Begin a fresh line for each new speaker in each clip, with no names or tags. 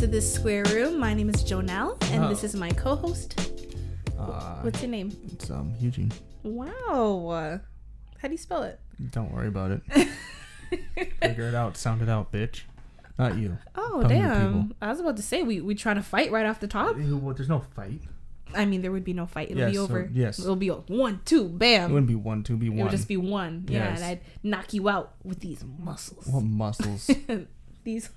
is Square Room. My name is Jonelle, and
Oh.
this is my co-host.
Uh,
What's your name?
it's um Eugene.
Wow. How do you spell it?
Don't worry about it. Figure it out. Sound it out, bitch. Not you.
Oh,
How many
damn. I was about to say we we trying to fight right off the top.
Ew, well, there's no fight.
I mean, there would be no fight. It'll
Yes,
be
so-
over.
yes.
It'll be a one, two,
It
bam.
wouldn't be one, two, be
It
one.
would just be one. Yeah,
Yes.
and I'd knock you out with these muscles.
what muscles?
these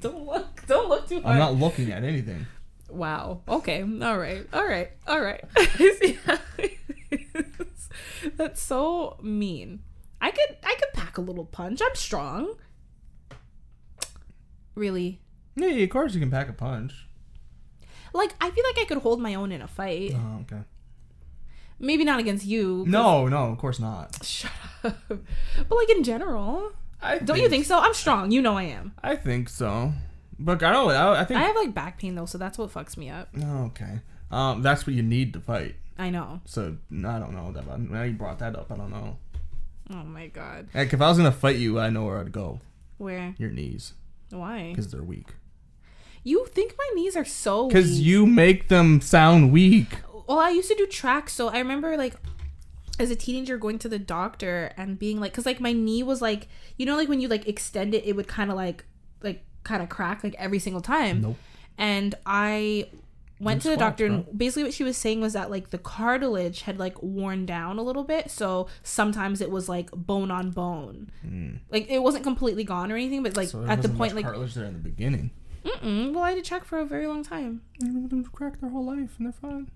don't look don't look too hard.
I'm not looking at anything.
Wow. Okay. All right. All right. All right. I see how it is. That's so mean. I could I could pack a little punch. I'm strong. Really?
Yeah, yeah, of course you can pack a punch.
Like I feel like I could hold my own in a fight.
Oh, okay.
Maybe not against you.
No, no, of course not.
Shut up. But like in general,
I
don't you think so? I'm strong. You know I am.
I think so. But I don't. I, I think. oh,
I have like back pain though, so that's what fucks me up.
okay. Um, that's what you need to fight.
I know.
So I don't know that. Now you brought that up. I don't know.
Oh my god.
Like if I was gonna fight you, I know where I'd go.
Where?
Your knees,
Why?
because they're weak.
You think my knees are so
Because
weak.
you make them sound weak.
well i used to do track so i remember like as a teenager going to the doctor and being like because like my knee was like you know like when you like extend it it would kind of like like kind of crack like every single time
Nope.
and i went
Do
to the
squats,
doctor and basically what she was saying was that like the cartilage had like worn down a little bit so sometimes it was like bone on bone like it wasn't completely gone or anything but like
Hmm. So there
at the
wasn't
point
much
like
cartilage there in the beginning.
mm-mm, well i did track for a very long time
Them crack their whole life and they're fine.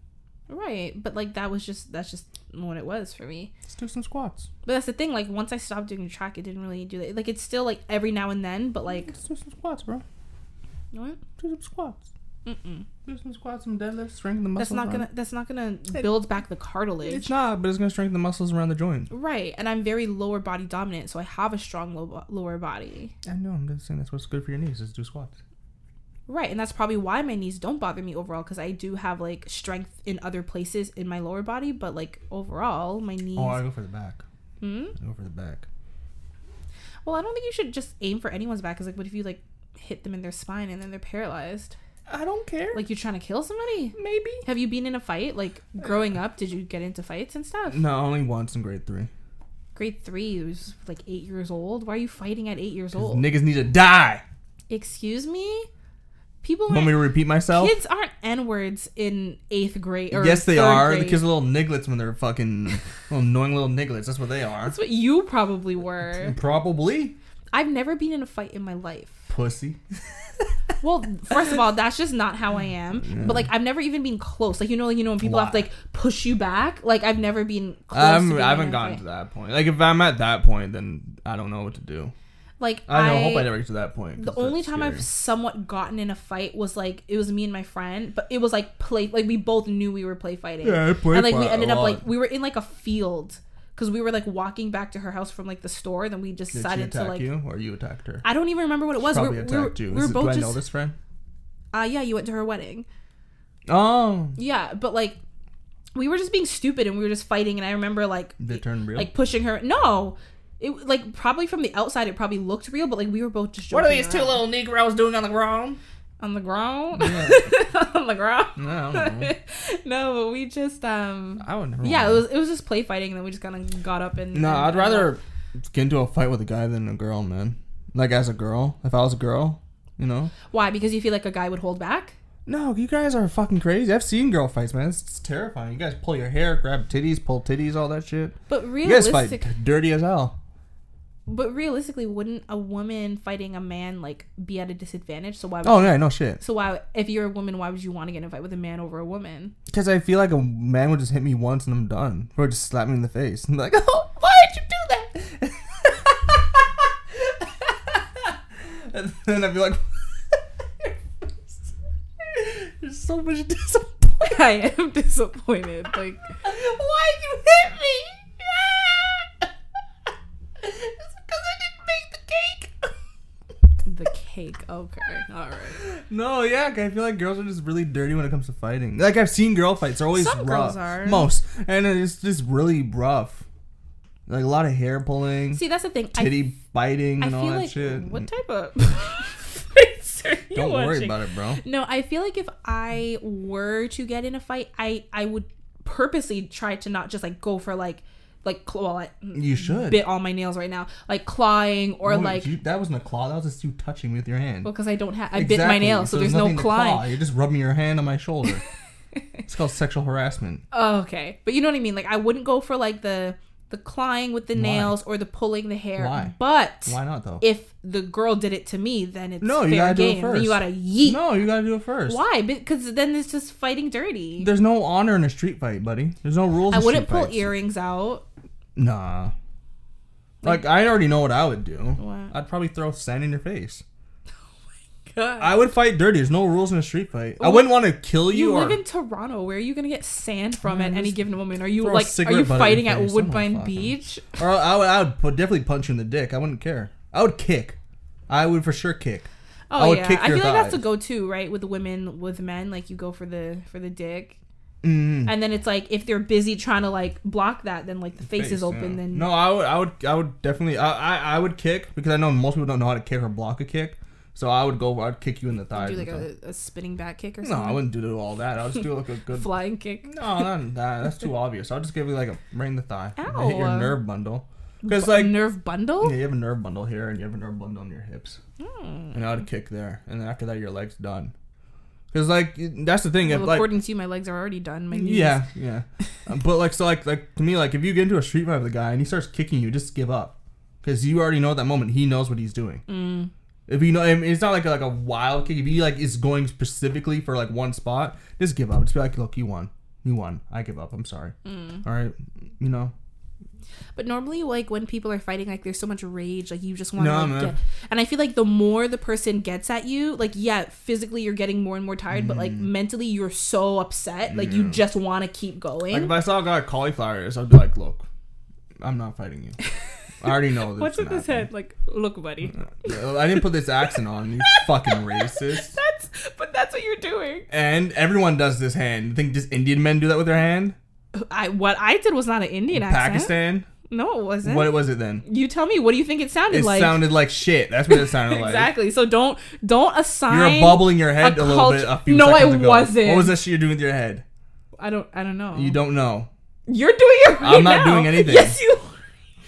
right but like that was just that's just what it was for me
Let's do some squats.
But that's the thing. Like once I stopped doing track, it didn't really do that. Like it's still like every now and then, but like
Let's do some squats, bro.
you know what?
Do some squats.
Mm-mm.
Do some squats, some deadlifts, strengthen the
That's
muscles.
not
around-
gonna. That's not gonna build back the
It's
cartilage.
not, but it's gonna strengthen the muscles around the joint.
Right, and I'm very lower body dominant, so I have a strong low, lower body.
I know. I'm just saying that's what's good for your knees. Is do squats.
Right, and that's probably why my knees don't bother me overall because I do have like strength in other places in my lower body, but like overall, my knees.
Oh, I go for the back.
hmm?
I go for the back.
Well, I don't think you should just aim for anyone's back. Cause like, what if you like hit them in their spine and then they're paralyzed?
I don't care.
Like you're trying to kill somebody.
maybe.
Have you been in a fight? Like growing up, did you get into fights and stuff?
No, only once in grade three.
Grade three, you was like eight years old. Why are you fighting at eight years
'Cause
old?
Niggas need to die.
Excuse me. People
Want me
aren't,
to repeat myself?
kids aren't n words in eighth grade. Or
yes, they
third
are.
grade.
The kids are little nigglets when they're fucking little annoying little nigglets. That's what they are.
That's what you probably were.
Probably.
I've never been in a fight in my life.
Pussy.
Well, first of all, that's just not how I am. But like, I've never even been close. Like you know, like you know, when people have to
Lie.
like push you back. Like I've never been. Close to
I'm,
being
I
in
haven't
a
gotten
fight.
to that point. Like, if I'm at that point, then I don't know what to do.
Like
I, don't hope I never get to that point.
the only time I've somewhat gotten in a fight was like it was me and my friend, but it was like play like we both knew we were play fighting.
Yeah, I play
and like we
fight a
ended up
lot.
like we were in like a field because we were like walking back to her house from like the store. Then we just
Did she
decided to
attack
like
you or you attacked her?
I don't even remember what it was. We
Probably
were, we were,
attacked
we
you.
were
Is it- do
both
I know
just
this friend?
uh yeah, you went to her wedding.
Oh,
Yeah, but like we were just being stupid and we were just fighting. And I remember like
did it turn real?
like pushing her. No, it like probably from the outside it probably looked real, but like we were both just joking around.
little Negroes doing on the ground?
on the ground
Yeah.
on the ground.
No, I don't know.
no, but we just um
I would never.
yeah, it
wanna-
was it was just play fighting and then we just kind of got up and
Mm-hmm. No,
and-
I'd rather
uh,
get into a fight with a guy than a girl, man. Like as a girl, if I was a girl, you know.
Why? Because you feel like a guy would hold back?
No, you guys are fucking crazy. I've seen girl fights, man. It's, it's terrifying. You guys pull your hair, grab titties, pull titties, all that shit.
But
You guys fight
realistic
dirty as hell.
but realistically wouldn't a woman fighting a man like be at a disadvantage? So why would
Oh yeah, no shit.
so why if you're a woman, why would you want to get in a fight with a man over a woman?
Because I feel like a man would just hit me once and I'm done, or just slap me in the face. I'm like, oh, why'd you do that? and then I'd be like, there's so much disappointment.
I am disappointed. Like
Why'd you hit me? It's because I didn't make the
the cake. Okay. All right.
cake. No, yeah, 'cause I feel like girls are just really dirty when it comes to fighting. Like I've seen girl fights; they're always
Some
rough.
girls are.
Most, and it's just really rough. Like a lot of hair pulling,
See, that's the thing. I
titty biting,
I
and all
feel
that
like
shit.
what type of are you
Don't
watching?
worry about it, bro.
No, I feel like if I were to get in a fight, I I would purposely try to not just like go for like like claw. Well, I
You should.
bit all my nails right now, like clawing or
No,
like
you- that wasn't a claw. That was just you touching with your hand.
because I don't have I bit my nails, so, there's,
nothing
no
to
clawing.
Claw. You're just rubbing your hand on my shoulder. it's called sexual harassment.
Oh, okay, but you know what I mean. Like I wouldn't go for like the the clawing with the nails or the pulling the hair.
Why?
But
Why not though?
if the girl did it to me, then it's
No,
fair
you gotta do it
game. Then you
first.
gotta yeet.
no, you gotta do it first.
Why? Because then it's just fighting dirty.
There's no honor in a street fight, buddy. There's no rules.
I
in
wouldn't
street
pull
fights.
earrings out.
Nah. Like I already know what I would do.
What?
I'd probably throw sand in your face.
God.
I would fight dirty. There's no rules in a street fight. I wouldn't want to kill you,
you
or
live in Toronto. Where are you gonna get sand from
Man,
at any
just
given moment? Are you
throw a
like are
cigarette
you
butt in
fighting
your
at
face. I'm not
Woodbine
fucking-
Beach?
or I would, I would put, definitely punch you in the dick. I wouldn't care. I would kick. I would for sure kick. I
Oh
would
yeah,
kick
I feel
your
like that's the
thighs.
go-to, right? With women, with men, like you go for the for the dick,
Mm.
and then it's like if they're busy trying to like block that, then like the face, is open.
yeah.
Then
no, I would, I would, I would definitely, I, I, I would kick because I know most people don't know how to kick or block a kick. So I would go, I'd kick you in the thighs.
do
or
like
something.
a, a spinning back kick or
no, I
something,
wouldn't do all that. I'll just do like a good.
flying kick.
no, not that. That's too obvious. I'll just give you like a right in the thigh.
Ow.
Hit your nerve bundle. Because
Bu-
like,
nerve bundle.
yeah, you have a nerve bundle here and you have a nerve bundle on your hips,
Hmm.
and I would kick there, and then after that your leg's done. Because like that's the thing. If
Well,
like
according to you, my legs are already done. My knees.
Yeah, yeah. Um, but like, so like, like to me, like if you get into a street fight with a guy and he starts kicking you, just give up, because you already know at that moment he knows what he's doing.
Mm.
If you know, I mean, it's not like a, like a wild kick. If he like is going specifically for like one spot, just give up. Just be like, look, you won, you won. I give up. I'm sorry.
Mm.
All right, you know.
But normally, like when people are fighting, like there's so much rage, like you just want to
No,
like,
man.
get. And I feel like the more the person gets at you, like yeah, physically you're getting more and more tired, but like
Mm.
mentally you're so upset, like you just want to keep going.
Like if I saw a guy with cauliflowers, I'd be like, look, I'm not fighting you. I already know this.
What's in
gonna
his head? Like, look, buddy.
happen. I didn't put this accent on. You fucking racist.
That's but that's what you're doing.
And everyone does this hand. You think just Indian men do that with their hand?
I what I did was not an Indian accent.
Pakistan?
No, it wasn't.
What was it then?
you tell me. What do you think it sounded
It
like?
sounded like shit. That's what it sounded like.
exactly. So don't don't
You
assign.
were bubbling your head
a
a, little bit a
cult-
few
No, I
seconds ago.
wasn't. Oh.
What was that shit you're doing with your head?
I don't. I don't know.
You don't know.
You're doing it. Right
I'm not
now.
doing anything.
Yes, you.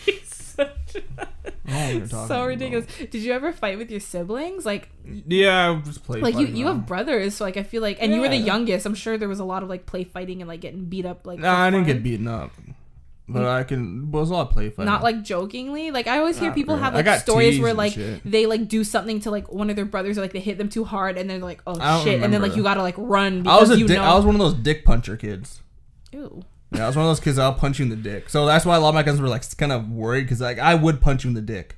It's such
I don't know what you're talking
so
about.
ridiculous. Did you ever fight with your siblings? Like,
Yeah, I just played.
like you,
fighting
you
around.
have brothers, so like I feel like, and you were the
Yeah.
youngest. I'm sure there was a lot of like play fighting and like getting beat up. Like,
Nah,
for
I didn't
fun.
get beaten up, but I can. Well, it was a lot of play fighting.
Not like jokingly. Like I always hear
Not
people
really.
have
I
like
got
stories
teased
where
and
like
shit.
they like do something to like one of their brothers or like they hit them too hard and they're like oh
I don't
shit and then
remember.
like you gotta like run
I
because
was a
you
dick.
know.
I was one of those dick puncher kids.
Ew.
Yeah, I was one of those kids that'll punch you in the dick. So that's why a lot of my cousins were like kind of worried because like I would punch you in the dick.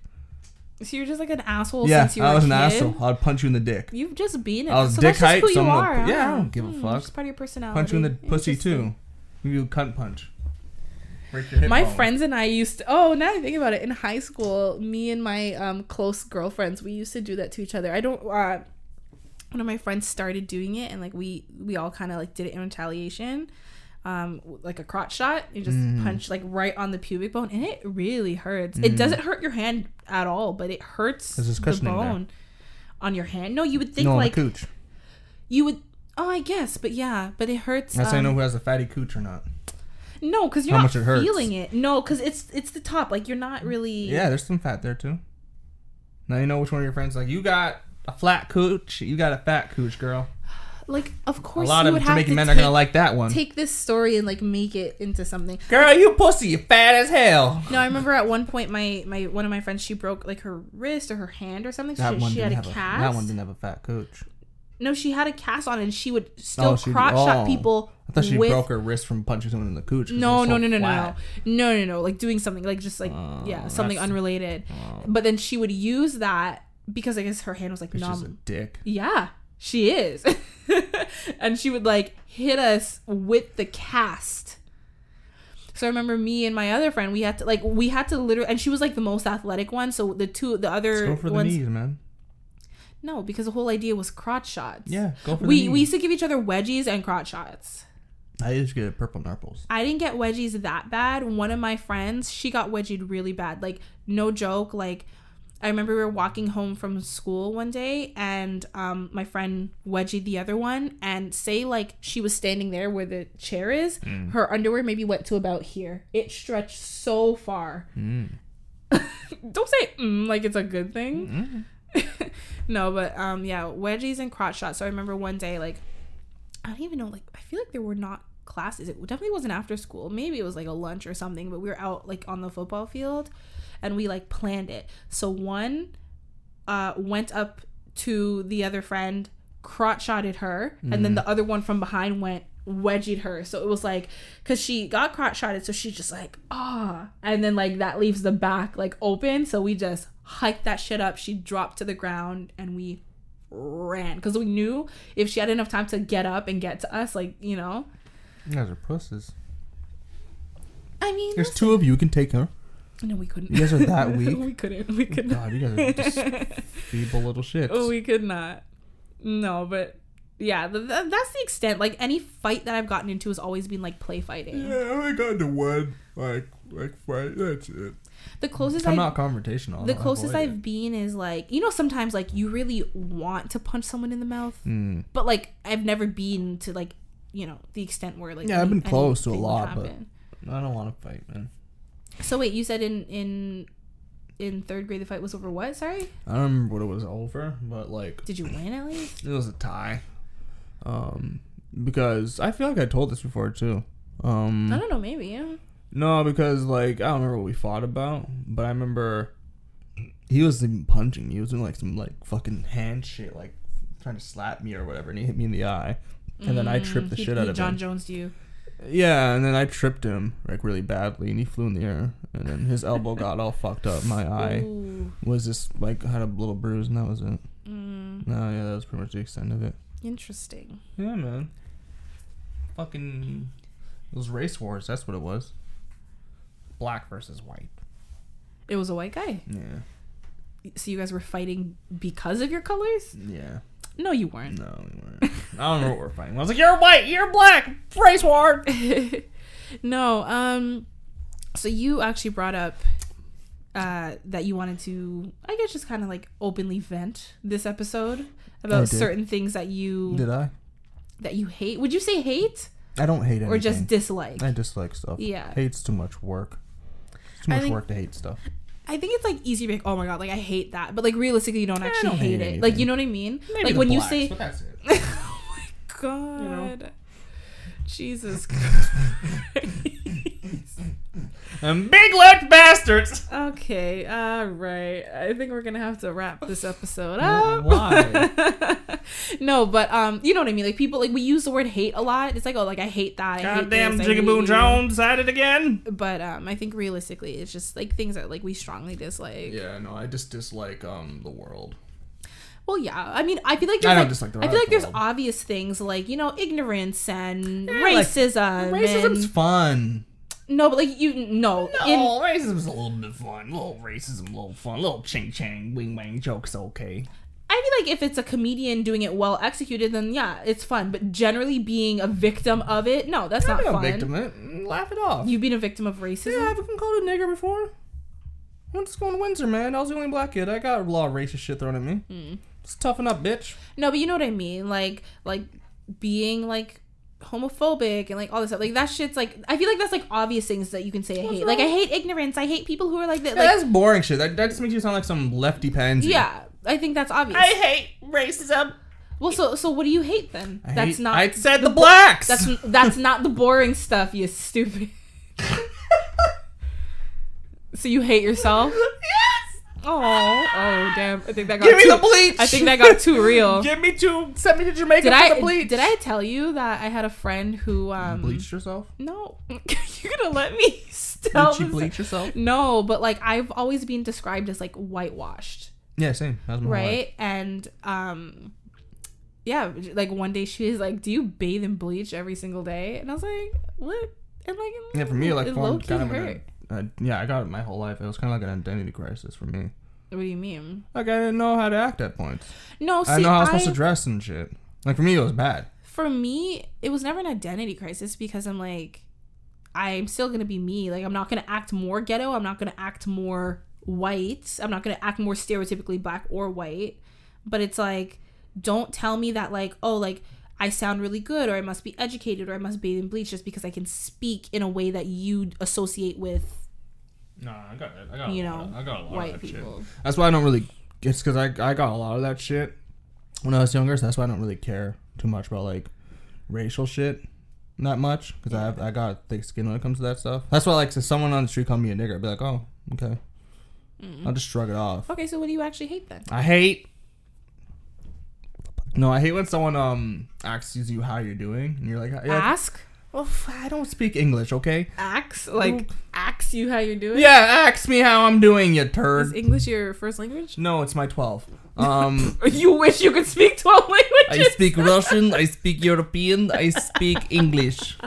So you're just like an asshole
yeah,
since you were
I was
a
an
kid.
asshole. I'd punch you in the dick.
You've just been it.
I was
so
dick
that's just
height,
who you
someone-
are.
yeah, I
huh?
don't give a fuck.
It's part of your personality.
Punch you in the pussy
Interesting.
too. Give you a cunt punch. Break your hip
My
bone.
friends and I used to, oh, now that I think about it, in high school, me and my um, close girlfriends, we used to do that to each other. I don't, uh, one of my friends started doing it and like we, we all kind of like did it in retaliation. Um, w- like a crotch shot, you just
Mm.
punch like right on the pubic bone, and it really hurts. It doesn't hurt your hand at all, but it hurts
There's this
the
cushioning there.
bone on your hand. No, you would think
no,
like
on the cooch.
you would. Oh, I guess, but yeah, but it hurts.
That's how I
um,
know who has a fatty cooch or not.
no, because you're
how
not
much it hurts.
feeling it. No, because it's it's the top. Like you're not really.
Yeah, there's some fat there too. Now you know which one of your friends like you got a flat cooch. You got a fat cooch, girl.
Like of
A
course
lot
you
of
would have to
Jamaican men
take,
are gonna like that one.
take this story and like make it into something.
Girl, you pussy, you fat as hell.
No, I remember at one point my my one of my friends she broke like her wrist or her hand or something. So
That
she,
one
she had
didn't
a
have
cast.
a that one didn't have a fat cooch.
no, she had a cast on and she would still
Oh, she-
crotch shot
oh.
people.
I thought she
with,
broke her wrist from punching someone in the cooch. 'cause it
No,
was so
no, no, no, no, no,
flat.
no, no, no. Like doing something, like just like
Oh,
yeah, something
that's-
unrelated.
oh.
But then she would use that because I guess her hand was like
She's just
numb.
a dick.
Yeah, she is. and she would like hit us with the cast. So I remember me and my other friend, we had to like we had to literally and she was like the most athletic one, so the two the other
Go for the
ones
knees, man.
No, because the whole idea was crotch shots.
Yeah, go for the
We
knees.
we used to give each other wedgies and crotch shots.
I used to get purple narples.
I didn't get wedgies that bad. One of my friends, she got wedgied really bad. Like, no joke. Like, I remember we were walking home from school one day, and um, my friend wedgied the other one, and say like she was standing there where the chair is, her underwear maybe went to about here. It stretched so far. Don't say mm, like it's a good thing. no, but um, yeah, wedgies and crotch shots. So I remember one day like I don't even know. Like, I feel like there were not classes. It definitely wasn't after school. Maybe it was like a lunch or something. But we were out like on the football field, and we like planned it. So one, uh, went up to the other friend, crotch shotted her, and then the other one from behind went wedgied her. So it was like, cause she got crotch shotted, so she just like ah, and then like that leaves the back like open. So we just hiked that shit up. She dropped to the ground, and we ran because we knew if she had enough time to get up and get to us, like you know.
You guys are pussies.
I mean,
There's two of you. You can take her.
no, we couldn't.
You guys are that weak.
we couldn't. We could not.
God, you guys are just feeble little shits.
Oh, we could not. No, but yeah, th- th- that's the extent. Like any fight that I've gotten into has always been like play fighting.
Yeah, I only got into one like like fight. That's it.
The closest
I'm
I've,
not confrontational.
the
I'll
closest
avoid
I've
it.
been is like you know sometimes like you really want to punch someone in the mouth,
Hmm.
but like I've never been to like you know the extent where like
Yeah, I've been
any-
close to a
anything would
lot, but-
happen.
I don't want to fight, man.
So wait, you said in in in third grade the fight was over what? Sorry,
I don't remember what it was over, but like
did you win at least?
it was a tie. Um, because I feel like I told this before too. Um,
I don't know, maybe yeah.
No, because like I don't remember what we fought about, but I remember he was even punching. He was doing like some like fucking hand shit, like trying to slap me or whatever, and he hit me in the eye, and then I tripped the
Mm, He-
shit
he
out of
John
him.
Jones, do you?
Yeah, and then I tripped him like really badly, and he flew in the air, and then his elbow got all fucked up. My eye
Ooh, Mm.
was just like had a little bruise, and that was it. No, yeah, that was pretty much the extent of it.
interesting.
Yeah, man. Fucking those race wars. That's what it was. Black versus white.
It was a white guy.
Yeah.
So you guys were fighting because of your colors?
Yeah.
No, you weren't.
No, we weren't. I don't know what we're fighting. I was like, "You're white, you're black, race war."
no. Um. So you actually brought up uh that you wanted to, I guess, just kind of like openly vent this episode
Oh, I
about
did.
certain things that you
Did I?
that you hate. Would you say hate
I don't hate anything.
or just dislike?
I dislike stuff.
Yeah.
Hate's too much work. It's too
I
much
think-
work to hate stuff.
I think it's like easy to be like, oh my god, like I hate that, but like realistically, you don't actually
don't
hate,
hate
it.
anything.
Like you know what I mean? like when you say,
that's it.
oh my god, Jesus Christ.
Um, big left bastards.
okay, all right. I think we're gonna have to wrap this episode up.
Why?
no, but um, you know what I mean. Like people, like we use the word hate a lot. It's like, oh, like I hate that. I hate
Goddamn
this, I hate
Jigaboon
you.
Jones at it again.
But um, I think realistically, it's just like things that like we strongly dislike.
Yeah, no, I just dislike um the world.
Well, yeah. I mean, I feel like
I
there's
don't
like,
dislike the
I feel like there's
radical.
obvious things like you know ignorance and
like,
racism.
Racism's
and-
fun.
no, but like you no. in-
oh, racism's a little bit fun. A little racism, a little fun. A little ching chang, wing wang jokes, okay.
I feel like if it's a comedian doing it well executed, then yeah, it's fun. But generally being a victim of it, no, that's
I'm
not
not
fun.
a victim. eh? Laugh it off.
You've been a victim of racism.
Yeah, I've been called a nigger before. Went to school in Windsor, man. I was the only black kid. I got a lot of racist shit thrown at me. Just toughen up, bitch.
No, but you know what I mean. Like like being like homophobic and like all this stuff. Like that shit's like I feel like that's like obvious things that you can say I hate. Like I hate ignorance. I hate people who are like that.
Yeah,
Like
that's boring shit. That, that just makes you sound like some lefty pansy.
yeah, I think that's obvious.
hate racism.
Well, so so what do you hate then?
I
that's
hate-
not
I said the, blacks.
that's that's not the boring stuff. You stupid. so you hate yourself?
yes.
Oh, oh damn! I think that got
Give me
too,
the bleach.
I think that got too real.
Give me to send me to Jamaica
did
for
I
the bleach.
did I tell you that I had a friend who um
bleach yourself?
No, you're gonna let me tell
Did you
this-
bleach yourself?
No, but like I've always been described as like whitewashed.
Yeah, same. That was my whole life.
right and um yeah like one day she was like do you bathe in bleach every single day and i was like what and like
Yeah, for me, like
it
formed
low-key
kind of
hurt.
an, uh, yeah, I got it my whole life. It was kind of like an identity crisis for me.
what do you mean
Like I didn't know how to act at points.
no see,
I didn't know how I was
I,
supposed to dress and shit. Like for me, it was bad.
for me it was never an identity crisis because i'm like i'm still gonna be me like i'm not gonna act more ghetto i'm not gonna act more white. I'm not gonna act more stereotypically black or white, but it's like, don't tell me that like, oh, like I sound really good or I must be educated or I must bathe in bleach just because I can speak in a way that you associate with
Nah, I got I got
You lot of- know, I
got a lot
white people.
That's why I don't really. It's because I, I got a lot of that shit when I was younger, so that's why I don't really care too much about like racial shit that much because I have I got thick skin when it comes to that stuff. That's why like if someone on the street called me a nigger, I'd be like, oh okay, I'll just shrug it off.
Okay, so what do you actually hate then?
I hate. No, I hate when someone um asks you how you're doing and you're like, yeah,
Ask,
well, f- I don't speak English, okay?
ax, like ax you how you're doing.
Yeah, ask me how I'm doing, you
Is
turd.
English your first language?
No, it's my twelve. Um.
You wish you could speak twelve
I
languages.
speak Russian, I speak European, I speak English.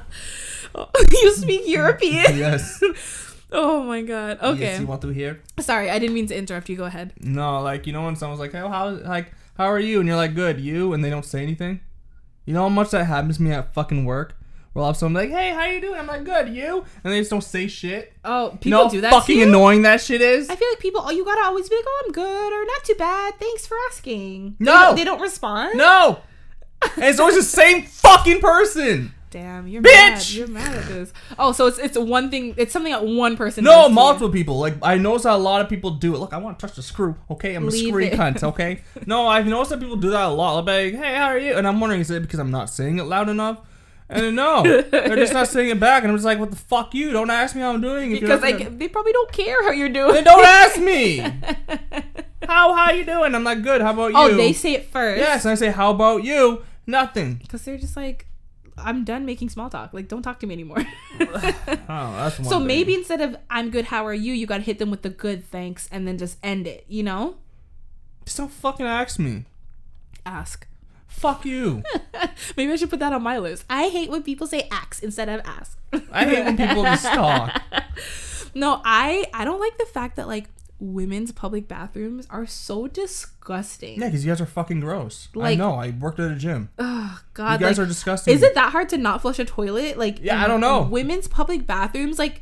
you speak European.
Yes.
Oh my god. Okay.
Yes, you want to hear?
Sorry, I didn't mean to interrupt you. Go ahead.
No, like you know when someone's like, "Hey, how like how are you?" and you're like, "Good, you," and they don't say anything. You know how much that happens to me at fucking work. Where I'll have someone like, "Hey, how you doing?" I'm like, "Good, you," and they just don't say shit.
Oh,
You
people
know how
do that.
fucking
to you?
annoying that shit is.
I feel like people. Oh, you gotta always be like, "Oh, I'm good," or "Not too bad." Thanks for asking. They
No!
don't- they don't, respond.
no, and it's always the same fucking person.
Damn, you're mad.
Bitch!
You're mad at this. Oh, so it's it's one thing. It's something that one person. does
No,
to you.
multiple people. Like I notice that a lot of people do it. Look, I want to touch the screw. Okay, I'm
Leave
a screwy
it.
cunt. Okay. No, I've noticed that people do that a lot. I'll be like, hey, how are you? And I'm wondering, is it because I'm not saying it loud enough? And no, they're just not saying it back. And I'm just like, what the fuck, you? Don't ask me how I'm doing. if you're
because
not
like
gonna-
they probably don't care how you're doing.
Then don't ask me. how how you doing? I'm like, good. How about you?
oh, they say it first.
yes. And I say, how about you? Nothing.
because they're just like, I'm done making small talk. Like, don't talk to me anymore.
Oh, that's one
so
thing.
maybe instead of "I'm good, how are you," you gotta hit them with the "good, thanks," and then just end it. You know,
just don't fucking ask me.
ask.
Fuck you.
Maybe I should put that on my list. I hate when people say ax instead of ask.
I hate when people just talk.
No, I I don't like the fact that like women's public bathrooms are so disgusting.
Yeah, because you guys are fucking gross. I
Like-
know. I worked at a gym.
Oh
You
god.
guys
like,
are disgusting.
is it that hard to not flush a toilet? Like
Yeah, I don't know.
Women's public bathrooms like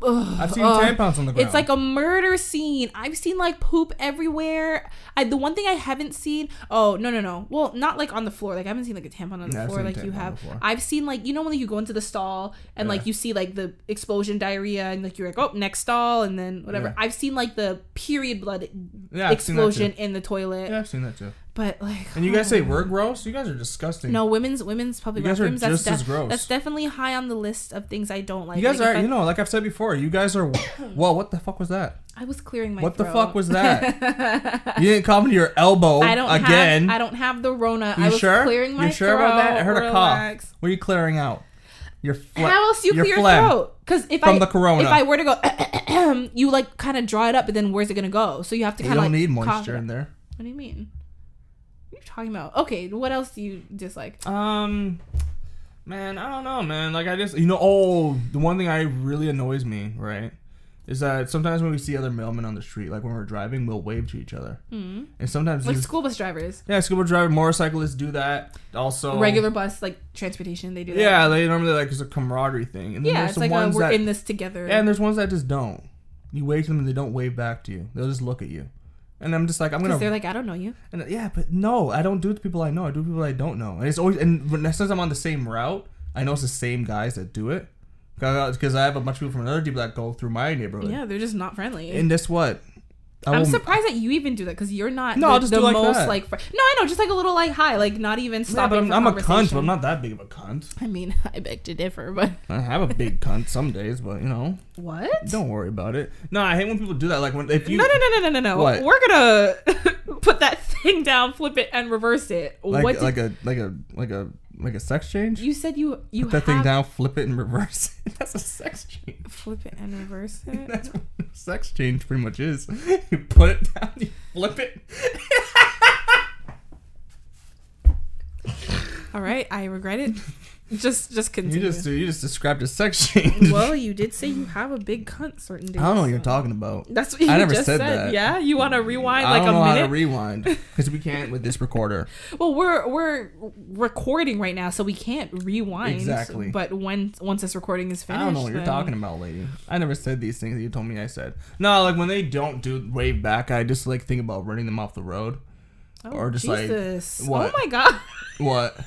ugh,
I've seen
ugh.
tampons on the
Oh,
ground.
It's like a murder scene. I've seen like poop everywhere. I, the one thing I haven't seen, oh no no no, well not like on the floor. Like I haven't seen like a tampon on the
Yeah, I've
floor
seen a
like you
tampon on
have.
the floor.
I've seen like you know when like, you go into the stall and like
Yeah.
you see like the explosion diarrhea and like you're like oh next stall and then whatever.
Yeah.
I've seen like the period blood
yeah, I've seen that
explosion
too.
in the toilet,
Yeah, I've seen that too.
but like
And you guys say we're gross? You guys are disgusting.
Oh. no women's women's public
You guys are
bathrooms. That's,
just as
def-
gross.
that's definitely high on the list of things I don't like.
You guys
Like, if
are,
I-
you know, like I've said before, you guys are. Whoa, what the fuck was that?
I was clearing my.
What the
throat.
fuck was that? you didn't come to your elbow
I don't
again.
Have, I don't have the Rona.
you
I was
sure?
clearing my
you sure about that? I heard
throat.
a cough.
Relax.
What are you clearing out? Your phlegm.
How else do you
your
clear
phlegm.
your throat? Because if
From
I
the corona.
if I were to go, you like kind of draw it up, but then where's it gonna go? So you have to
You
kind
don't
of like
need
cough
moisture
it up.
in there.
What do you mean? What are you talking about? Okay, what else do you dislike?
Um, man, I don't know, man. Like I just, you know, oh, the one thing I really annoys me, right, is that sometimes when we see other mailmen on the street, like when we're driving, we'll wave to each other, mm and sometimes
Hmm. Like
these-
school bus drivers,
yeah, scuba driver, motorcyclists do that. Also,
regular bus, like transportation, they do that.
Oh. yeah, they normally like it's a camaraderie thing, and then
yeah.
there's
It's
some
like a,
ones
we're
that,
in this together.
yeah, and there's ones that just don't. You wave to them, and they don't wave back to you. They'll just look at you, and I'm just like, I'm
because
gonna
they're like, I don't know you.
And yeah, but no, I don't do it to people I know. I do it to people I don't know. And it's always and when- since I'm on the same route, I know it's the same guys that do it. Because I have a bunch of people from another people that go through my neighborhood.
Yeah, they're just not friendly.
And guess what? I
I'm
will-
surprised that you even do that because you're not
Um, No,
the,
I'll just
the
do like
most
that.
like. Fr- no, I know, just like a little like hi, like not even
Yeah, but
stopping.
I'm,
for
I'm a cunt,
conversation.
but I'm not that big of a cunt.
I mean, I beg to differ, but
I have a big cunt some days, but you know,
what?
don't worry about it. No, I hate when people do that. Like when if you
no, no, no, no, no, no, no.
What?
We're gonna put that thing down, flip it, and reverse it.
like
what? Did,
like a like a like a like a sex change.
you said you you
Put that
have
thing down, flip it, and reverse it. That's a sex change.
flip it and reverse it.
That's what sex change pretty much is. You put it down, you flip it.
All All right, I regret it. Just just
You
continue.
just you just described a sex change.
well, you did say you have a big cunt certain days.
I don't know what you're talking about.
That's what you
never
just
said
said.
that.
Yeah, you want to rewind
I
like
don't
a
know how to
minute?
rewind because we can't with this recorder.
well, we're we're recording right now, so we can't rewind.
Exactly.
But when once this recording is finished,
I don't know what you're
then-
talking about, lady. I never said these things that you told me I said. No, like when they don't do wave back, I just like think about running them off the road.
Oh,
Or just, like,
Jesus.
what?
Oh my god.
What?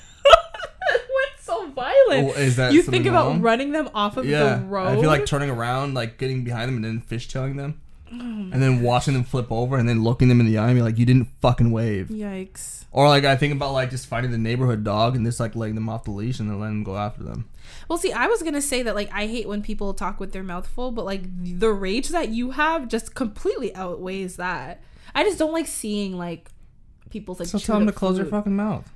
What's so violent?
Oh, is that
you
something
think about
wrong?
running them off of
Yeah.
the road?
I feel like turning around, like getting behind them and then fishtailing them. and then watching them flip over and then looking them in the eye and be like, you didn't fucking wave.
Yikes.
Or like I think about like just finding the neighborhood dog and just like letting them off the leash and then letting them go after them.
Well, see, I was gonna say that like I hate when people talk with their mouth full, but like the rage that you have just completely outweighs that. I just don't like seeing like people's like.
So
chewed
tell them to
up
close their
food.
fucking mouth.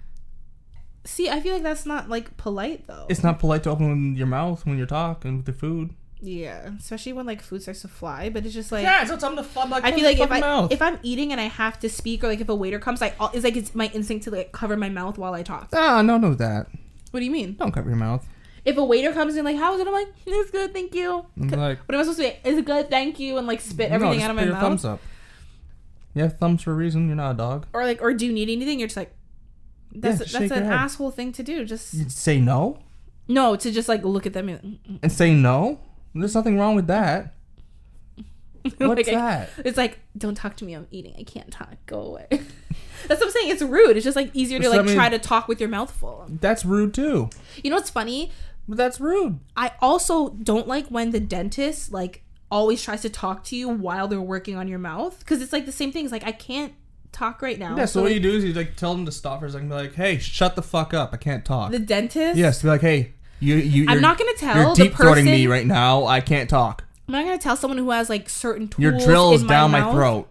See, I feel like that's not like polite though.
It's not polite to open your mouth when you're talking with the food.
yeah, especially when like food starts to fly, but it's just like.
so tell them to fuck, like,
I
close
feel
their
like if
fucking
I
mouth.
if I'm eating and I have to speak or like if a waiter comes, like it's like it's my instinct to like cover my mouth while I talk.
Ah, no, no, that.
What do you mean?
Don't cover your mouth.
If a waiter comes in, like how is it? I'm like it's good, thank you.
I'm like,
What am I supposed to be? Is it good? Thank you, and like spit
no,
everything
just
out of
put
my
your
mouth.
thumbs up. You have thumbs for a reason. You're not a dog.
or like or do you need anything you're just like that's
Yeah, shake
that's an
your head.
asshole thing to do just
You say no
no to just like look at them and,
and say no. There's nothing wrong with that.
like,
What's
I-
that?
it's like don't talk to me i'm eating i can't talk go away that's what i'm saying it's rude it's just like easier to
So, I
like
mean-
try to talk with your mouth full
That's rude too.
you know what's funny
But that's rude.
i also don't like when the dentist like always tries to talk to you while they're working on your mouth because it's like the same thing it's like i can't talk right now
Yeah. So what
like,
you do is you like tell them to stop for a second. Be like, hey, shut the fuck up. I can't talk.
the dentist
yes. Be like, hey, you you.
I'm
you're-
not gonna
You're
tell the
deep throating
person.
me right now. I can't talk.
I'm not gonna tell someone who has like certain tools.
Your drill is
in
down my
mouth.
throat.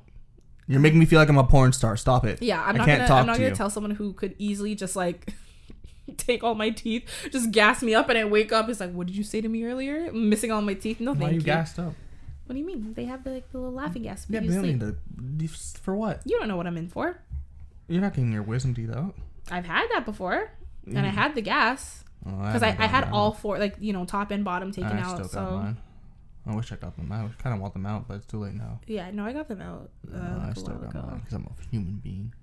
You're making me feel like I'm a porn star. Stop it.
Yeah, I'm
I
not
can't
gonna.
talk
I'm not
to
gonna
you.
tell someone who could easily just like take all my teeth, just gas me up, and I wake up. It's like, what did you say to me earlier? I'm missing all my teeth. No,
Why
thank
are
you.
you gassed up?
What do you mean? They have the, like, the little laughing gas. Yeah,
Yeah, but
you,
you don't
sleep.
need to. For what?
you don't know what I'm in for.
You're not getting your wisdom teeth out.
I've had that before, and I
Mm.
had the gas
Oh,
because I, I had all four, like you know, top and bottom taken
I
out.
still
so
got mine. I wish I got them out. I kind of want them out, but it's too late now.
yeah, no, I got them out. Uh,
No, I
like a
still
while
got
ago.
mine because I'm a human being.